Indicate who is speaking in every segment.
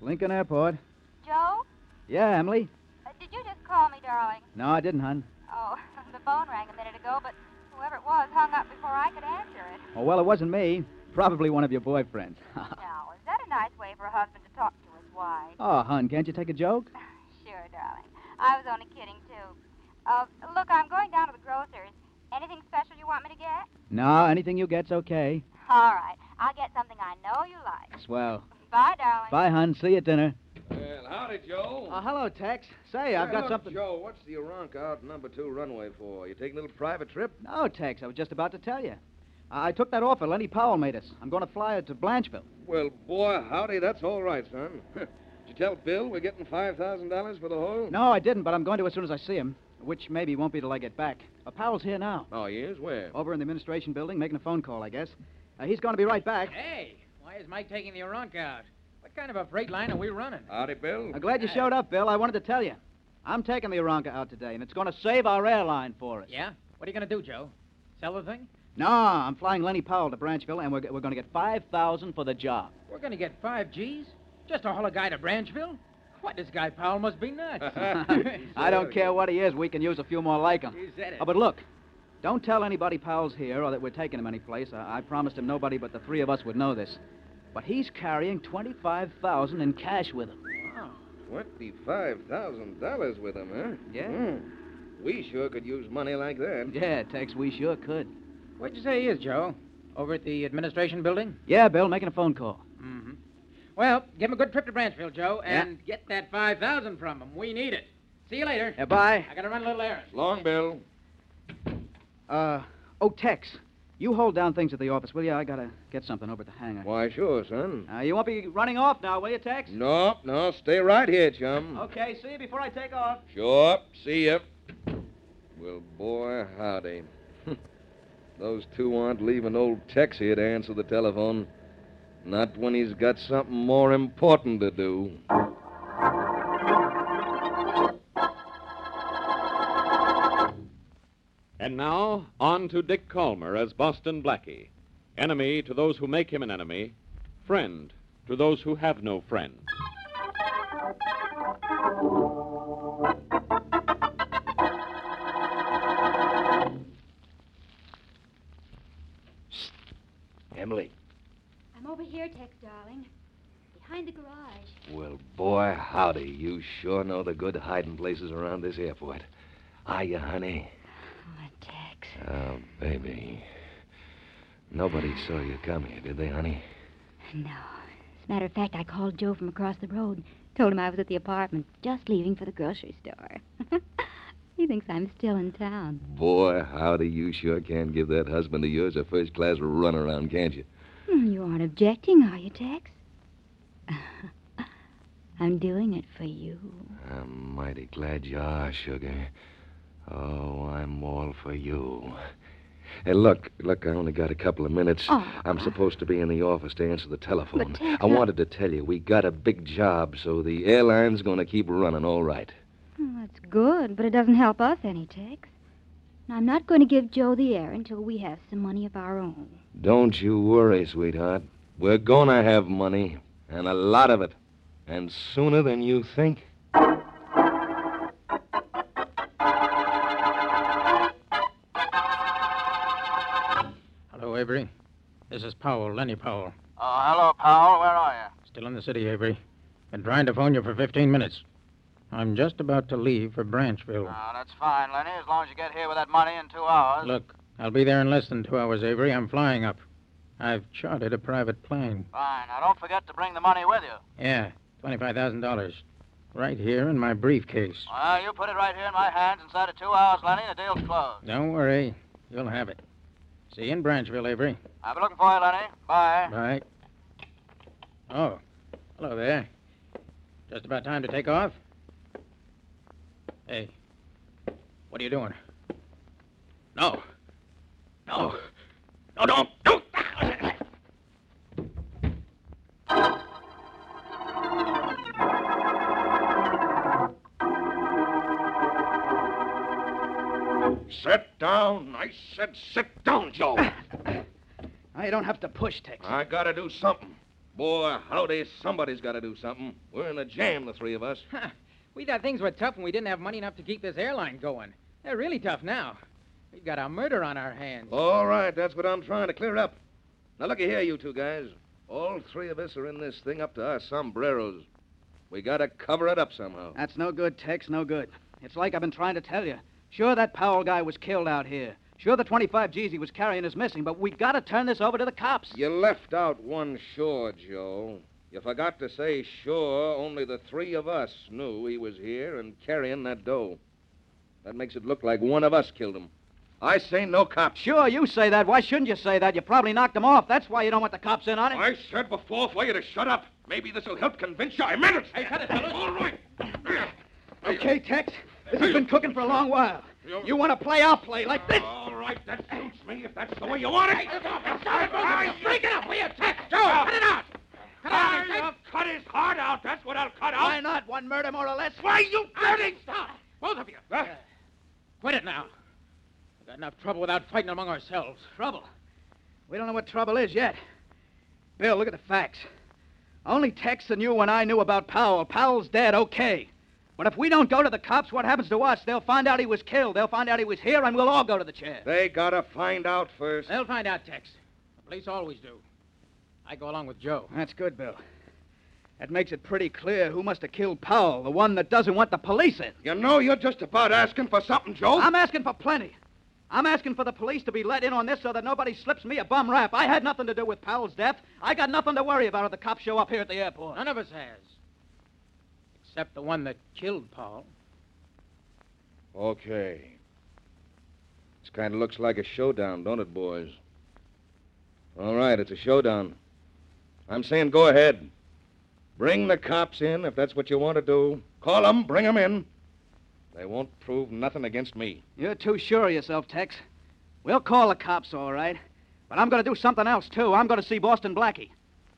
Speaker 1: Lincoln Airport.
Speaker 2: Joe?
Speaker 1: Yeah, Emily?
Speaker 2: Uh, did you just call me, darling?
Speaker 1: No, I didn't, hon.
Speaker 2: Oh, the phone rang a minute ago, but whoever it was hung up before I could answer it.
Speaker 1: Oh, well, it wasn't me. Probably one of your boyfriends.
Speaker 2: now, is that a nice way for a husband to talk to his wife?
Speaker 1: oh, hon, can't you take a joke?
Speaker 2: Sure, darling. I was only kidding, too. Uh, look, I'm going down to the grocer's. Anything special you want me to get?
Speaker 1: No, anything you get's okay.
Speaker 2: All right. I'll get something I know you like.
Speaker 1: Swell.
Speaker 2: Bye, darling.
Speaker 1: Bye, hon. See you at dinner.
Speaker 3: Well, howdy, Joe.
Speaker 1: Uh, hello, Tex. Say,
Speaker 3: Hey, look, Joe, what's the Aronca out number two runway for? You taking a little private trip?
Speaker 1: No, Oh, Tex, I was just about to tell you. I I took that offer Lenny Powell made us. I'm going to fly her to Blancheville.
Speaker 3: Well, boy, howdy, that's all right, son. Did you tell Bill we're getting five thousand dollars for the whole?
Speaker 1: No, I didn't, but I'm going to as soon as I see him, which maybe won't be till I get back. Uh, Powell's here now,
Speaker 3: Oh, he is? Where?
Speaker 1: over in the administration building, making a phone call, I guess. Uh, he's going to be right back.
Speaker 4: Hey, why is Mike taking the Aronca out? What kind of a freight line are we running?
Speaker 3: Howdy, Bill.
Speaker 1: I'm glad you showed up, Bill. I wanted to tell you. I'm taking the Aranca out today, and it's going to save our airline for us.
Speaker 4: yeah? What are you going to do, Joe? Sell the thing?
Speaker 1: No, I'm flying Lenny Powell to Branchville, and we're, we're going to get 5000 for the job.
Speaker 4: We're going to get five G's? Just to haul a guy to Branchville? What, this guy Powell must be nuts.
Speaker 1: I don't care what he is. We can use a few more like him.
Speaker 4: He said it.
Speaker 1: Oh, but look, don't tell anybody Powell's here or that we're taking him anyplace. I, I promised him nobody but the three of us would know this. But he's carrying 25000 in cash with him.
Speaker 4: Oh,
Speaker 3: Twenty-five thousand dollars with him, huh?
Speaker 1: Yeah.
Speaker 3: Hmm. We sure could use money like that.
Speaker 1: Yeah, Tex, we sure could.
Speaker 4: what'd you say he is, Joe? Over at the administration building?
Speaker 1: Yeah, Bill, making a phone call.
Speaker 4: Mm-hmm. Well, give him a good trip to Branchville, Joe,
Speaker 1: Yeah.
Speaker 4: and get that 5000 from him. We need it. See you later.
Speaker 1: Yeah, bye.
Speaker 4: I got to run a little errand.
Speaker 3: Long, Bill.
Speaker 1: Uh, oh, Tex, you hold down things at the office, will you? I gotta get something over at the hangar.
Speaker 3: Why, sure, son.
Speaker 1: Uh, you won't be running off now, will you, Tex?
Speaker 3: No, no, stay right here, chum.
Speaker 1: Okay, see you before I take off.
Speaker 3: Sure. See ya. Well, boy, howdy. Those two aren't leaving old Tex here to answer the telephone. Not when he's got something more important to do.
Speaker 5: And now, on to Dick Calmer as Boston Blackie. Enemy to those who make him an enemy, friend to those who have no friend.
Speaker 3: Emily.
Speaker 6: I'm over here, Tex, darling. Behind the garage.
Speaker 3: Well, boy, howdy. You sure know the good hiding places around this airport. Hiya, honey.
Speaker 6: Oh, Tex.
Speaker 3: Oh, baby. Nobody saw you come here, did they, honey?
Speaker 6: No. As a matter of fact, I called Joe from across the road. Told him I was at the apartment, just leaving for the grocery store. he thinks I'm still in town.
Speaker 3: Boy, howdy. You sure can give that husband of yours a first class runaround, can't you?
Speaker 6: Hmm, You aren't objecting, are you, Tex? I'm doing it for you.
Speaker 3: I'm mighty glad you are, sugar. Oh, I'm all for you. Hey, look, look, I only got a couple of minutes.
Speaker 6: Oh.
Speaker 3: I'm supposed to be in the office to answer the telephone.
Speaker 6: But, Ted,
Speaker 3: I
Speaker 6: I-
Speaker 3: wanted to tell you, we got a big job, so the airline's going to keep running all right.
Speaker 6: Well, that's good, but it doesn't help us any, Tex. And I'm not going to give Joe the air until we have some money of our own.
Speaker 3: Don't you worry, sweetheart. We're going to have money, and a lot of it, and sooner than you think.
Speaker 4: Hello, Avery. This is Powell, Lenny Powell.
Speaker 7: Oh, hello, Powell. Where are you?
Speaker 4: Still in the city, Avery. Been trying to phone you for 15 minutes. I'm just about to leave for Branchville.
Speaker 1: Uh-huh.
Speaker 7: Oh, that's fine, Lenny, as long as you get here with that money in two hours.
Speaker 4: Look, I'll be there in less than two hours, Avery. I'm flying up. I've chartered a private plane.
Speaker 7: Fine. Now, don't forget to bring the money with you.
Speaker 4: Yeah, $25,000. Right here in my briefcase.
Speaker 7: Well, you put it right here in my hands. Inside of two hours, Lenny, the deal's closed.
Speaker 4: Don't worry. You'll have it. See you in Branchville, Avery.
Speaker 7: I'll be looking for you, Lenny. Bye.
Speaker 4: Bye. Oh, hello there. Just about time to take off? Hey, What are you doing? No. No. No, don't. Don't.
Speaker 8: Sit down. I said sit down, Joe.
Speaker 1: Now, you don't have to push, Tex.
Speaker 8: I gotta do something. Boy, howdy, somebody's gotta do something. We're in a jam, the three of us.
Speaker 9: We thought things were tough when we didn't have money enough to keep this airline going. They're really tough now. We've got a murder on our hands.
Speaker 3: All right, that's what I'm trying to clear up. Now, looky here, you two guys. All three of us are in this thing up to our sombreros. We gotta cover it up somehow.
Speaker 1: That's no good, Tex, no good. It's like I've been trying to tell you. Sure, that Powell guy was killed out here. Sure, the 25 G's he was carrying is missing, but we gotta turn this over to the cops.
Speaker 3: You left out one sure, Joe. You forgot to say sure only the three of us knew he was here and carrying that dough. That makes it look like one of us killed him. I say no cops.
Speaker 1: Sure, you say that. Why shouldn't you say that? You probably knocked him off. That's why you don't want the cops in on it.
Speaker 8: I said before for you to shut up. Maybe this'll help convince you. I meant it. Hey, cut it, fellas. All right.
Speaker 1: Okay, Tex. This has been cooking for a long while. You want to play, I'll play like this.
Speaker 8: All right, that suits me if that's the way you want it. break it up, will you, Tex? Joe, cut it out. Cut I'll cut his heart out. That's what I'll cut out.
Speaker 1: Why not? One murder more or less.
Speaker 8: Why, you dirty... Stop.
Speaker 9: Both of you. Quit it now. We've got enough trouble without fighting among ourselves.
Speaker 1: Trouble. We don't know what trouble is yet. Bill, look at the facts. Only Tex and you and I knew about Powell. Powell's dead, okay. But if we don't go to the cops, what happens to us? They'll find out he was killed. They'll find out he was here, and we'll all go to the chair.
Speaker 3: They gotta find out first.
Speaker 9: They'll find out, Tex. The police always do. I go along with Joe.
Speaker 1: That's good, Bill. That makes it pretty clear who must have killed Powell, the one that doesn't want the police in.
Speaker 8: You know you're just about asking for something, Joe.
Speaker 1: I'm asking for plenty. I'm asking for the police to be let in on this so that nobody slips me a bum rap. I had nothing to do with Powell's death. I got nothing to worry about if the cops show up here at the airport.
Speaker 9: None of us has. Except the one that killed Paul.
Speaker 3: Okay. This kind of looks like a showdown, don't it, boys? All right, it's a showdown. I'm saying go ahead. Bring the cops in if that's what you want to do. Call them, bring them in. They won't prove nothing against me.
Speaker 1: You're too sure of yourself, Tex. We'll call the cops, all right. But I'm going to do something else, too. I'm going to see Boston Blackie.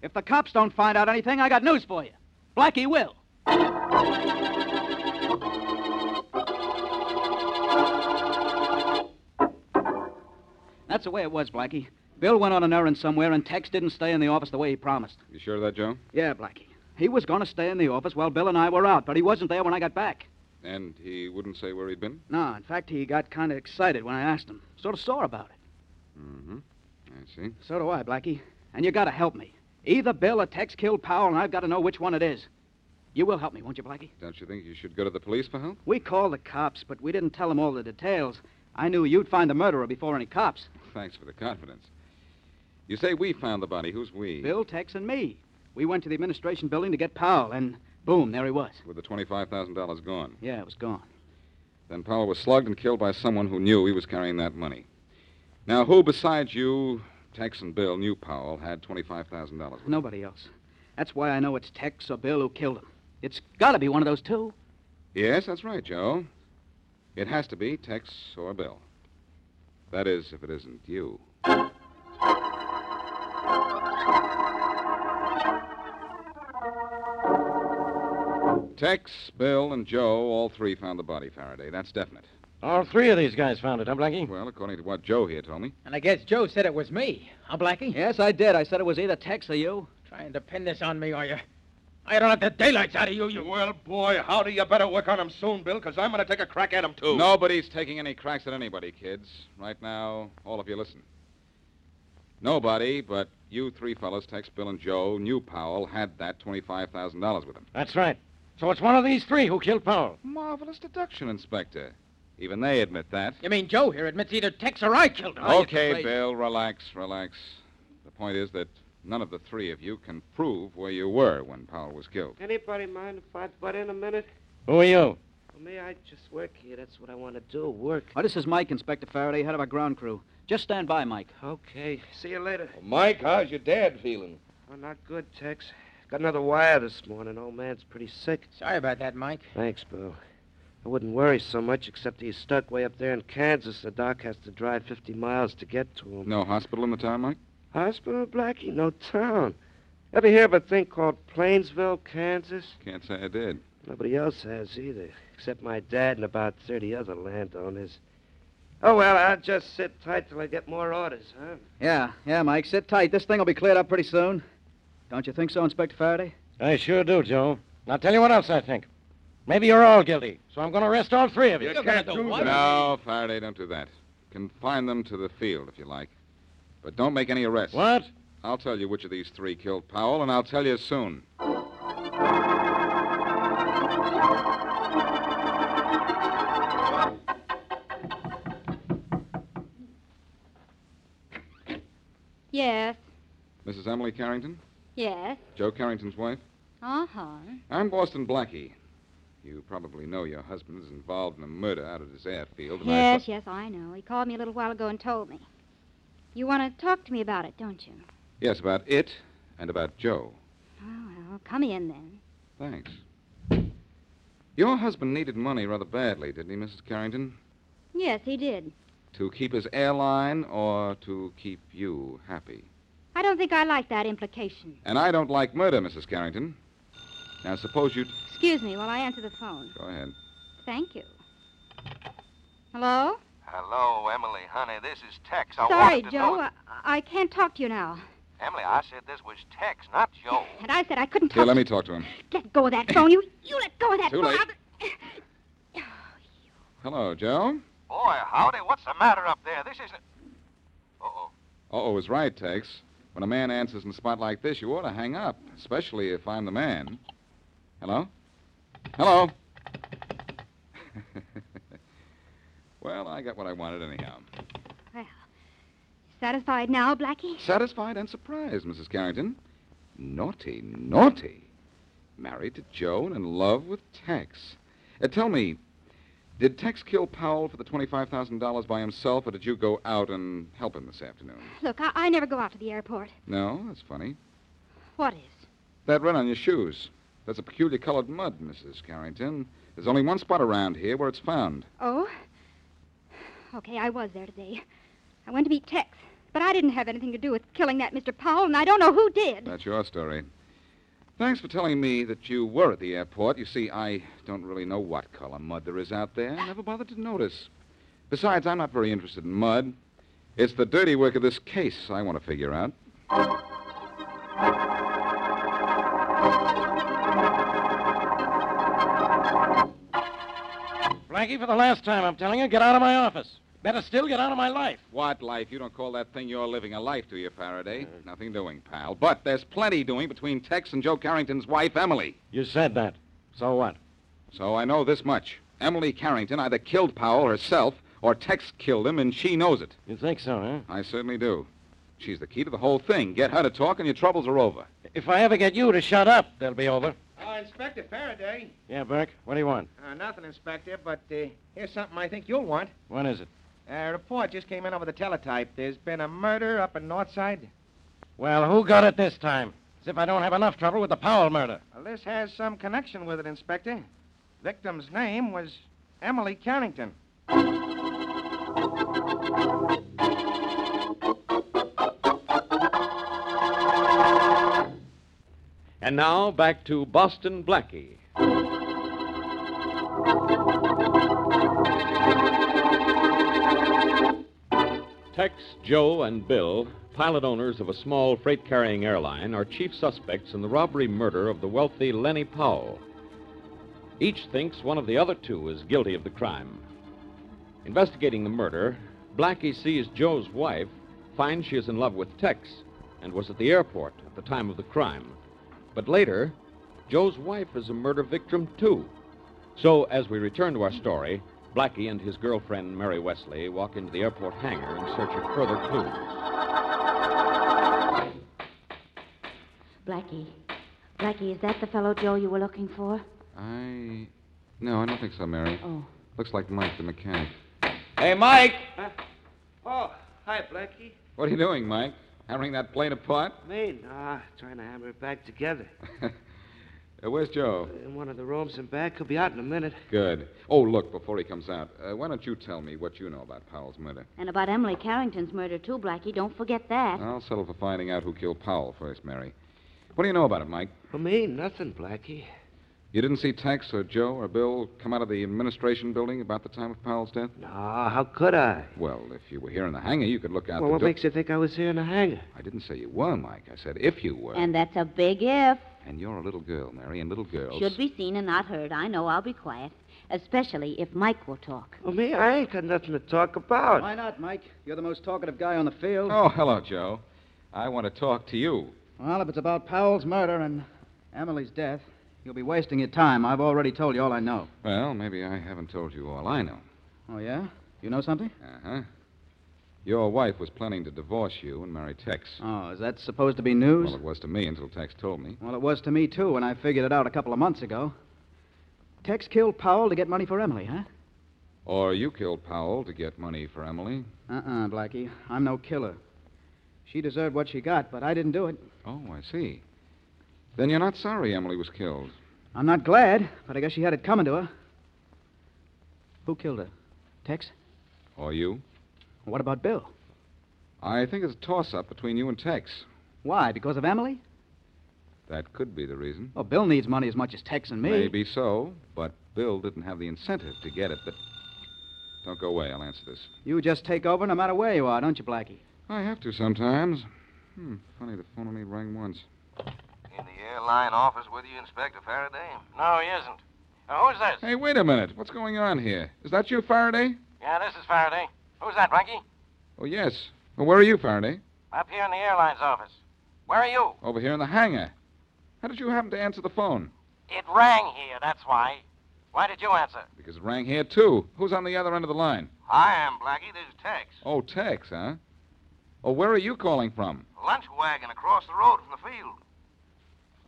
Speaker 1: If the cops don't find out anything, I got news for you. Blackie will. That's the way it was, Blackie. Bill went on an errand somewhere, and Tex didn't stay in the office the way he promised.
Speaker 5: You sure of that, Joe?
Speaker 1: Yeah, Blackie. He was going to stay in the office while Bill and I were out, but he wasn't there when I got back.
Speaker 5: And he wouldn't say where he'd been?
Speaker 1: No, in fact, he got kind of excited when I asked him. Sort of sore about it.
Speaker 5: Mm-hmm. I see.
Speaker 1: So do I, Blackie. And you gotta help me. Either Bill or Tex killed Powell, and I've got to know which one it is. You will help me, won't you, Blackie?
Speaker 5: Don't you think you should go to the police for help?
Speaker 1: We called the cops, but we didn't tell them all the details. I knew you'd find the murderer before any cops.
Speaker 5: Thanks for the confidence. You say we found the body. Who's we?
Speaker 1: Bill, Tex, and me. We went to the administration building to get Powell, and boom, there he was.
Speaker 5: With the $25,000 gone.
Speaker 1: Yeah, it was gone.
Speaker 5: Then Powell was slugged and killed by someone who knew he was carrying that money. Now, who besides you, Tex and Bill, knew Powell had $25,000? worth?
Speaker 1: Nobody else. That's why I know it's Tex or Bill who killed him. It's gotta be one of those two.
Speaker 5: Yes, that's right, Joe. It has to be Tex or Bill. That is, if it isn't you. Tex, Bill, and Joe, all three found the body, Faraday. That's definite.
Speaker 4: All three of these guys found it, huh, Blackie?
Speaker 5: Well, according to what Joe here told me.
Speaker 9: And I guess Joe said it was me. Huh, Blackie?
Speaker 1: Yes, I did. I said it was either Tex or you.
Speaker 9: Trying to pin this on me, are you? I don't have the daylights out of you, you.
Speaker 8: Well, boy, howdy, you better work on him soon, Bill, because I'm going to take a crack at him, too.
Speaker 5: Nobody's taking any cracks at anybody, kids. Right now, all of you listen. Nobody but you three fellas, Tex, Bill, and Joe, knew Powell had that $25,000 with him.
Speaker 4: That's right. So it's one of these three who killed Powell.
Speaker 5: Marvelous deduction, Inspector. Even they admit that.
Speaker 9: You mean Joe here admits either Tex or I killed him?
Speaker 5: okay, Bill, relax, relax. The point is that none of the three of you can prove where you were when Powell was killed.
Speaker 10: Anybody mind if I butt in a minute?
Speaker 4: Who are you?
Speaker 10: For me, I just work here. That's what I want to do. Work.
Speaker 1: Oh, this is Mike, Inspector Faraday, head of our ground crew. Just stand by, Mike.
Speaker 10: Okay. See you later.
Speaker 3: Mike, how's your dad feeling?
Speaker 10: Oh, not good, Tex. Got another wire this morning. Old man's pretty sick.
Speaker 9: Sorry about that, Mike.
Speaker 10: Thanks, Bill. I wouldn't worry so much, except he's stuck way up there in Kansas. The doc has to drive 50 miles to get to him.
Speaker 5: No hospital in the town, Mike?
Speaker 10: Hospital, Blackie? No town. Ever hear of a thing called Plainsville, Kansas?
Speaker 5: Can't say I did.
Speaker 10: Nobody else has either, except my dad and about 30 other landowners. Oh, well, I'll just sit tight till I get more orders, huh?
Speaker 1: Yeah, yeah, Mike. Sit tight. This thing will be cleared up pretty soon. Don't you think so, Inspector Faraday?
Speaker 11: I sure do, Joe. Now tell you what else I think. Maybe you're all guilty, so I'm going to arrest all three of you.
Speaker 5: No, Faraday, don't do that. Confine them to the field if you like. But don't make any arrests.
Speaker 11: What?
Speaker 5: I'll tell you which of these three killed Powell, and I'll tell you soon.
Speaker 2: Yes,
Speaker 5: Mrs. Emily Carrington?
Speaker 2: yes.
Speaker 5: Joe Carrington's wife?
Speaker 2: Uh huh.
Speaker 5: I'm Boston Blackie. You probably know your husband is involved in a murder out at his airfield. and I
Speaker 2: Yes, yes, I know. He called me a little while ago and told me. You want to talk to me about it, don't you?
Speaker 5: Yes, about it and about Joe.
Speaker 2: Oh, well, come in then.
Speaker 5: Thanks. Your husband needed money rather badly, didn't he, Mrs. Carrington?
Speaker 2: Yes, he did.
Speaker 5: To keep his airline or to keep you happy?
Speaker 2: I don't think I like that implication.
Speaker 5: And I don't like murder, Mrs. Carrington. Now, suppose you.
Speaker 2: Excuse me while I answer the phone.
Speaker 5: Go ahead.
Speaker 2: Thank you. Hello?
Speaker 12: Hello, Emily, honey. This is Tex. I
Speaker 2: Sorry,
Speaker 12: wanted to
Speaker 2: Joe.
Speaker 12: Know...
Speaker 2: I, I can't talk to you now.
Speaker 12: Emily, I said this was Tex, not Joe.
Speaker 2: And I said I couldn't talk.
Speaker 5: Here, let me talk to him.
Speaker 2: Let go of that phone. You, you let go of that
Speaker 5: Too
Speaker 2: phone.
Speaker 5: late.
Speaker 2: I'll-
Speaker 5: Hello, Joe.
Speaker 12: Boy, howdy, what's the matter up there? This isn't.
Speaker 5: Uh oh, is right, Tex. When a man answers in a spot like this, you ought to hang up, especially if I'm the man. Hello? Hello? well, I got what I wanted anyhow.
Speaker 2: Satisfied now, Blackie?
Speaker 5: Satisfied and surprised, Mrs. Carrington. Naughty, naughty. Married to Joan and in love with Tex. Uh, tell me, did Tex kill Powell for the $25,000 by himself, or did you go out and help him this afternoon?
Speaker 2: Look, I, I never go out to the airport.
Speaker 5: No, that's funny.
Speaker 2: What is?
Speaker 5: That red on your shoes. That's a peculiar colored mud, Mrs. Carrington. There's only one spot around here where it's found.
Speaker 2: Oh? Okay, I was there today. I went to meet Tex, but I didn't have anything to do with killing that Mr. Powell, and I don't know who did.
Speaker 5: That's your story. Thanks for telling me that you were at the airport. You see, I don't really know what color mud there is out there. I never bothered to notice. Besides, I'm not very interested in mud. It's the dirty work of this case I want to figure out.
Speaker 11: Blackie, for the last time, I'm telling you, get out of my office. Better still, get out of my life.
Speaker 5: What life? You don't call that thing you're living a life, do you, Faraday? Nothing doing, pal. But there's plenty doing between Tex and Joe Carrington's wife, Emily.
Speaker 11: You said that. So what?
Speaker 5: So I know this much. Emily Carrington either killed Powell herself or Tex killed him, and she knows it.
Speaker 11: You think so, huh?
Speaker 5: I certainly do. She's the key to the whole thing. Get her to talk, and your troubles are over.
Speaker 11: If I ever get you to shut up, they'll be over.
Speaker 3: Uh, Inspector Faraday.
Speaker 11: Yeah, Burke, what do you want?
Speaker 3: Uh, nothing, Inspector, but uh, here's something I think you'll want.
Speaker 11: What is it?
Speaker 3: A report just came in over the teletype. There's been a murder up in Northside.
Speaker 11: Well, who got it this time? As if I don't have enough trouble with the Powell murder.
Speaker 3: Well, this has some connection with it, Inspector. Victim's name was Emily Carrington.
Speaker 13: And now back to Boston Blackie. Tex, Joe, and Bill, pilot owners of a small freight carrying airline, are chief suspects in the robbery murder of the wealthy Lenny Powell. Each thinks one of the other two is guilty of the crime. Investigating the murder, Blackie sees Joe's wife, finds she is in love with Tex, and was at the airport at the time of the crime. But later, Joe's wife is a murder victim, too. So, as we return to our story, Blackie and his girlfriend, Mary Wesley, walk into the airport hangar in search of further clues.
Speaker 2: Blackie. Blackie, is that the fellow Joe you were looking for?
Speaker 5: I. No, I don't think so, Mary.
Speaker 2: Oh.
Speaker 5: Looks like Mike, the mechanic.
Speaker 13: Hey, Mike!
Speaker 10: Oh, hi, Blackie.
Speaker 5: What are you doing, Mike? Hammering that plane apart?
Speaker 10: Ah, Me? Nah, trying to hammer it back together.
Speaker 5: Uh, where's Joe?
Speaker 10: In one of the rooms in back. He'll be out in a minute.
Speaker 5: Good. Oh, look, before he comes out, uh, why don't you tell me what you know about Powell's murder?
Speaker 6: And about Emily Carrington's murder, too, Blackie. Don't forget that.
Speaker 5: I'll settle for finding out who killed Powell first, Mary. What do you know about it, Mike?
Speaker 10: For me, nothing, Blackie.
Speaker 5: You didn't see Tex or Joe or Bill come out of the administration building about the time of Powell's death?
Speaker 10: No, how could I?
Speaker 5: Well, if you were here in the hangar, you could look out
Speaker 10: Well,
Speaker 5: the
Speaker 10: what
Speaker 5: door.
Speaker 10: makes you think I was here in the hangar?
Speaker 5: I didn't say you were, Mike. I said if you were.
Speaker 6: And that's a big if.
Speaker 5: And you're a little girl, Mary, and little girls.
Speaker 6: Should be seen and not heard. I know I'll be quiet, especially if Mike will talk.
Speaker 10: Well, me, I ain't got nothing to talk about.
Speaker 1: Why not, Mike? You're the most talkative guy on the field.
Speaker 5: Oh, hello, Joe. I want to talk to you.
Speaker 1: Well, if it's about Powell's murder and Emily's death, you'll be wasting your time. I've already told you all I know.
Speaker 5: Well, maybe I haven't told you all I know.
Speaker 1: Oh, yeah? You know something?
Speaker 5: Uh huh. Your wife was planning to divorce you and marry Tex.
Speaker 1: Oh, is that supposed to be news?
Speaker 5: Well, it was to me until Tex told me.
Speaker 1: Well, it was to me, too, when I figured it out a couple of months ago. Tex killed Powell to get money for Emily, huh?
Speaker 5: Or you killed Powell to get money for Emily.
Speaker 1: Uh uh Blackie. I'm no killer. She deserved what she got, but I didn't do it.
Speaker 5: Oh, I see. Then you're not sorry Emily was killed.
Speaker 1: I'm not glad, but I guess she had it coming to her. Who killed her? Tex?
Speaker 5: Or you?
Speaker 1: What about Bill?
Speaker 5: I think it's a toss up between you and Tex.
Speaker 1: Why? Because of Emily?
Speaker 5: That could be the reason.
Speaker 1: Oh, Bill needs money as much as Tex and me.
Speaker 5: Maybe so, but Bill didn't have the incentive to get it, but. Don't go away. I'll answer this.
Speaker 1: You just take over no matter where you are, don't you, Blackie?
Speaker 5: I have to sometimes. Hmm, funny, the phone only rang once.
Speaker 14: In the airline office with you, Inspector Faraday? No, he isn't. Uh, who's this?
Speaker 5: Hey, wait a minute. What's going on here? Is that you, Faraday?
Speaker 7: Yeah, this is Faraday. Who's that, Blackie?
Speaker 5: Oh, yes. Well, where are you, Faraday?
Speaker 7: Up here in the airline's office. Where are you?
Speaker 5: Over here in the hangar. How did you happen to answer the phone?
Speaker 7: It rang here, that's why. Why did you answer?
Speaker 5: Because it rang here, too. Who's on the other end of the line?
Speaker 14: I am, Blackie. This is Tex.
Speaker 5: Oh, Tex, huh? Oh, where are you calling from?
Speaker 14: Lunch wagon across the road from the field.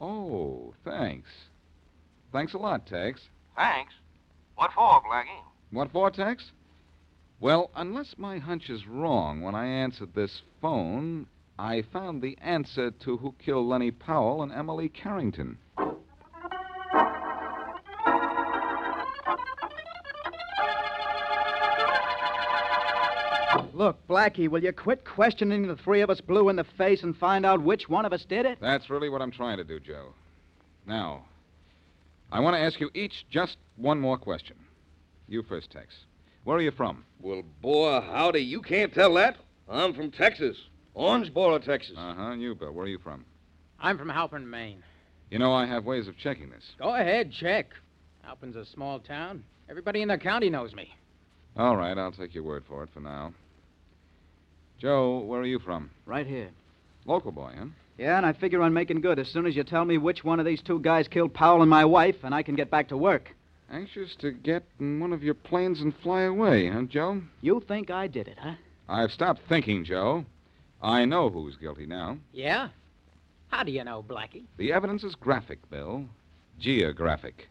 Speaker 5: Oh, thanks. Thanks a lot, Tex.
Speaker 14: Thanks. What for, Blackie?
Speaker 5: What for, Tex? Well, unless my hunch is wrong, when I answered this phone, I found the answer to who killed Lenny Powell and Emily Carrington.
Speaker 1: Look, Blackie, will you quit questioning the three of us blue in the face and find out which one of us did it?
Speaker 5: That's really what I'm trying to do, Joe. Now, I want to ask you each just one more question. You first, Tex. Where are you from?
Speaker 3: Well, boy, howdy, you can't tell that. I'm from Texas, Orangeboro, Texas.
Speaker 5: Uh huh. You, Bill. Where are you from?
Speaker 9: I'm from Halpern, Maine.
Speaker 5: You know, I have ways of checking this.
Speaker 9: Go ahead, check. Halpern's a small town. Everybody in the county knows me.
Speaker 5: All right, I'll take your word for it for now. Joe, where are you from?
Speaker 1: Right here.
Speaker 5: Local boy, huh?
Speaker 1: Yeah, and I figure on making good as soon as you tell me which one of these two guys killed Powell and my wife, and I can get back to work.
Speaker 5: Anxious to get in one of your planes and fly away, huh, Joe?
Speaker 1: You think I did it, huh?
Speaker 5: I've stopped thinking, Joe. I know who's guilty now.
Speaker 9: Yeah? How do you know, Blackie?
Speaker 5: The evidence is graphic, Bill. Geographic.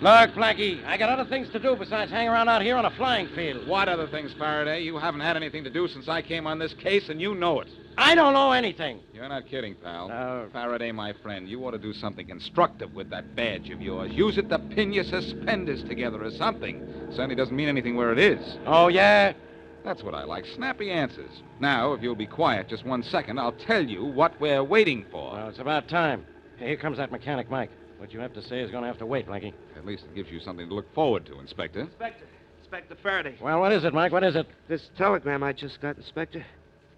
Speaker 11: Look, Blackie, I got other things to do besides hang around out here on a flying field.
Speaker 5: What other things, Faraday? You haven't had anything to do since I came on this case, and you know it.
Speaker 11: I don't know anything.
Speaker 5: You're not kidding, pal. No. Faraday, my friend, you ought to do something constructive with that badge of yours. Use it to pin your suspenders together or something. Certainly doesn't mean anything where it is.
Speaker 11: Oh, yeah?
Speaker 5: That's what I like. Snappy answers. Now, if you'll be quiet just one second, I'll tell you what we're waiting for.
Speaker 11: Well, it's about time. Hey, Here comes that mechanic, Mike. What you have to say is going to have to wait, Blackie.
Speaker 5: At least it gives you something to look forward to, Inspector.
Speaker 10: Inspector. Inspector Faraday.
Speaker 11: Well, what is it, Mike? What is it?
Speaker 10: This telegram I just got, Inspector.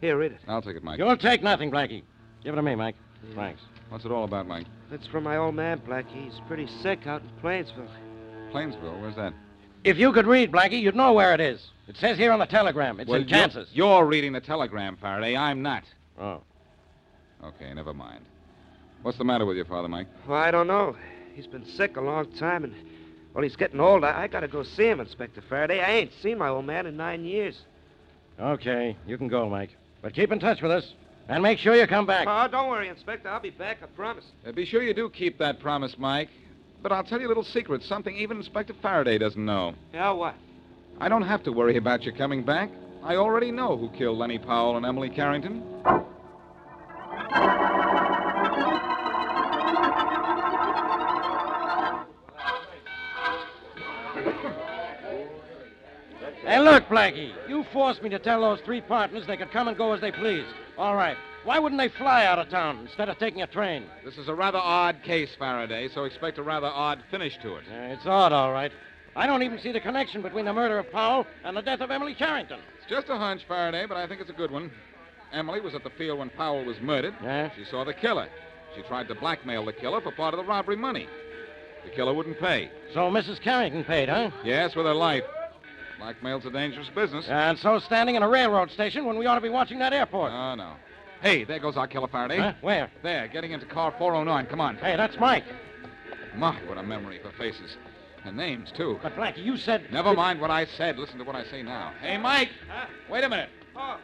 Speaker 10: Here, read it.
Speaker 5: I'll take it, Mike.
Speaker 11: You'll take nothing, Blackie. Give it to me, Mike. Thanks.
Speaker 5: What's it all about, Mike?
Speaker 10: It's from my old man, Blackie. He's pretty sick out in Plainsville.
Speaker 5: Plainsville, where's that?
Speaker 11: If you could read, Blackie, you'd know where it is. It says here on the telegram. It's
Speaker 5: Well,
Speaker 11: in
Speaker 5: you're-
Speaker 11: Kansas.
Speaker 5: You're, reading the telegram, Faraday. I'm not.
Speaker 11: Oh.
Speaker 5: Okay, never mind. What's the matter with your father, Mike?
Speaker 10: Well, I don't know. He's been sick a long time, and well, he's getting old. I, I gotta go see him, Inspector Faraday. I ain't seen my old man in nine years.
Speaker 11: Okay, you can go, Mike. But keep in touch with us. And make sure you come back.
Speaker 10: Oh, don't worry, Inspector. I'll be back. I promise.
Speaker 5: Uh, be sure you do keep that promise, Mike. But I'll tell you a little secret, something even Inspector Faraday doesn't know.
Speaker 10: Yeah, what?
Speaker 5: I don't have to worry about you coming back. I already know who killed Lenny Powell and Emily Carrington.
Speaker 11: Hey, look, Blackie. You forced me to tell those three partners they could come and go as they pleased. All right. Why wouldn't they fly out of town instead of taking a train?
Speaker 5: This is a rather odd case, Faraday, so expect a rather odd finish to it.
Speaker 11: it's odd, all right. I don't even see the connection between the murder of Powell and the death of Emily Carrington.
Speaker 5: It's just a hunch, Faraday, but I think it's a good one. Emily was at the field when Powell was murdered.
Speaker 11: Yeah?
Speaker 5: She saw the killer. She tried to blackmail the killer for part of the robbery money. The killer wouldn't pay.
Speaker 11: So Mrs. Carrington paid, huh?
Speaker 5: Yes, with her life. Blackmail's a dangerous business.
Speaker 11: And so standing in a railroad station when we ought to be watching that airport.
Speaker 5: Oh, no. Hey, there goes our killer, Faraday.
Speaker 11: Huh? Where?
Speaker 5: There, getting into car 409. Come on.
Speaker 11: Hey, that's Mike.
Speaker 5: My, what a memory for faces. And names, too.
Speaker 11: But, Blackie, you said.
Speaker 5: Never mind what I said. Listen to what I say now. Hey, Mike! Wait a minute.
Speaker 8: Oh,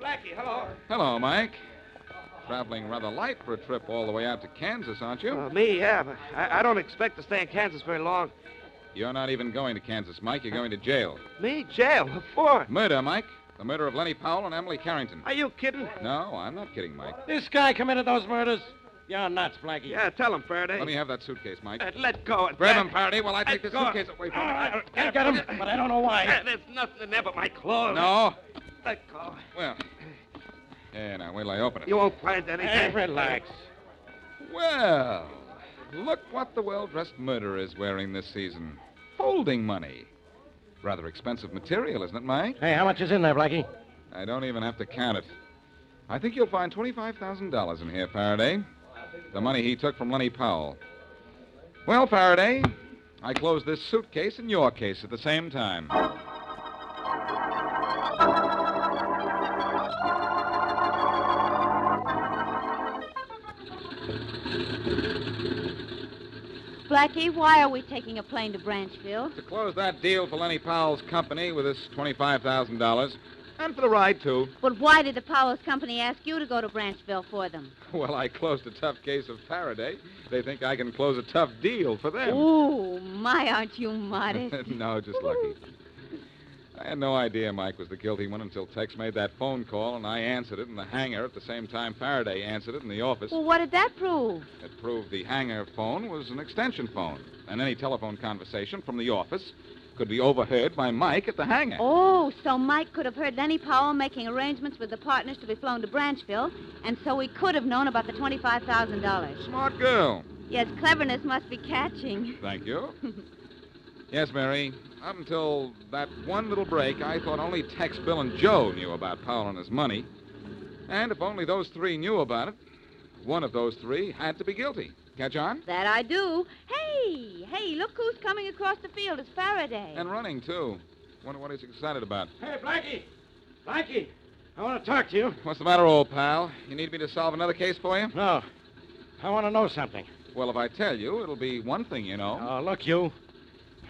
Speaker 8: Blackie, hello.
Speaker 5: Hello, Mike. Traveling rather light for a trip all the way out to Kansas, aren't you?
Speaker 10: Uh, me, yeah, but I, I don't expect to stay in Kansas very long.
Speaker 5: You're not even going to Kansas, Mike. You're going to jail.
Speaker 10: Me, jail? What for?
Speaker 5: Murder, Mike. The murder of Lenny Powell and Emily Carrington.
Speaker 10: Are you kidding?
Speaker 5: No, I'm not kidding, Mike.
Speaker 11: This guy committed those murders. You're nuts, Blackie.
Speaker 10: Yeah, tell him, Faraday.
Speaker 5: Let me have that suitcase, Mike.
Speaker 10: Uh, let go of
Speaker 5: Grab
Speaker 10: that.
Speaker 5: him, Faraday, while I take
Speaker 10: Let
Speaker 5: this
Speaker 10: go of-
Speaker 5: suitcase away from
Speaker 10: Ah,
Speaker 5: him.
Speaker 10: I can't
Speaker 11: Get him,
Speaker 10: put it-
Speaker 11: but I don't know why.
Speaker 10: Ah, There's nothing in there but my clothes.
Speaker 5: No.
Speaker 10: Let go.
Speaker 5: Well. Yeah, now wait till I open it.
Speaker 10: You won't find anything.
Speaker 11: Hey, relax.
Speaker 5: Well, look what the well dressed murderer is wearing this season folding money. Rather expensive material, isn't it, Mike?
Speaker 11: Hey, how much is in there, Blackie?
Speaker 5: I don't even have to count it. I think you'll find $25,000 in here, Faraday. The money he took from Lenny Powell. Well, Faraday, I close this suitcase and your case at the same time.
Speaker 6: Blackie, why are we taking a plane to Branchville?
Speaker 5: To close that deal for Lenny Powell's company with this $25,000, and for the ride, too.
Speaker 6: But why did the Powers Company ask you to go to Branchville for them?
Speaker 5: Well, I closed a tough case of Faraday. They think I can close a tough deal for them.
Speaker 6: Ooh, my, aren't you modest?
Speaker 5: no, just lucky. I had no idea Mike was the guilty one until Tex made that phone call, and I answered it in the hangar at the same time Faraday answered it in the office.
Speaker 6: well, what did that prove?
Speaker 5: It proved the hangar phone was an extension phone, and any telephone conversation from the office could be overheard by Mike at the hangar.
Speaker 6: Oh, so Mike could have heard Lenny Powell making arrangements with the partners to be flown to Branchville, and so he could have known about the $25,000.
Speaker 5: Smart girl.
Speaker 6: Yes, cleverness must be catching.
Speaker 5: Thank you. yes, Mary. Up until that one little break, I thought only Tex, Bill, and Joe knew about Powell and his money. And if only those three knew about it, one of those three had to be guilty. Catch on?
Speaker 6: That I do. Hey, hey, look who's coming across the field. It's Faraday.
Speaker 5: And running, too. Wonder what he's excited about.
Speaker 11: Hey, Blackie. Blackie, I want to talk to you.
Speaker 5: What's the matter, old pal? You need me to solve another case for you?
Speaker 11: No. I want to know something.
Speaker 5: Well, if I tell you, it'll be one thing you know.
Speaker 11: Oh, look, you.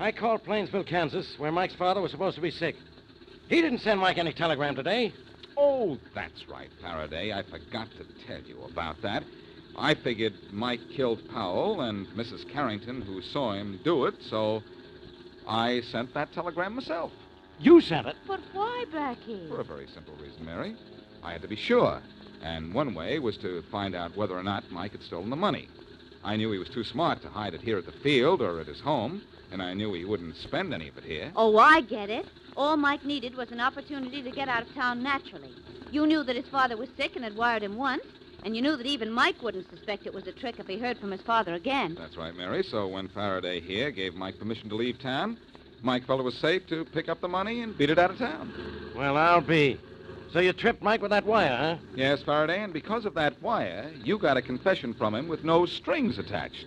Speaker 11: I called Plainsville, Kansas, where Mike's father was supposed to be sick. He didn't send Mike any telegram today.
Speaker 5: Oh, that's right, Faraday. I forgot to tell you about that. I figured Mike killed Powell and Mrs. Carrington, who saw him do it, so I sent that telegram myself.
Speaker 11: You sent it?
Speaker 6: But why, Blackie?
Speaker 5: For a very simple reason, Mary. I had to be sure. And one way was to find out whether or not Mike had stolen the money. I knew he was too smart to hide it here at the field or at his home, and I knew he wouldn't spend any of it here.
Speaker 6: Oh, I get it. All Mike needed was an opportunity to get out of town naturally. You knew that his father was sick and had wired him once, and you knew that even Mike wouldn't suspect it was a trick if he heard from his father again.
Speaker 5: That's right, Mary. So when Faraday here gave Mike permission to leave town, Mike felt it was safe to pick up the money and beat it out of town.
Speaker 11: Well, I'll be. So you tripped Mike with that wire, huh?
Speaker 5: Yes, Faraday, and because of that wire, you got a confession from him with no strings attached.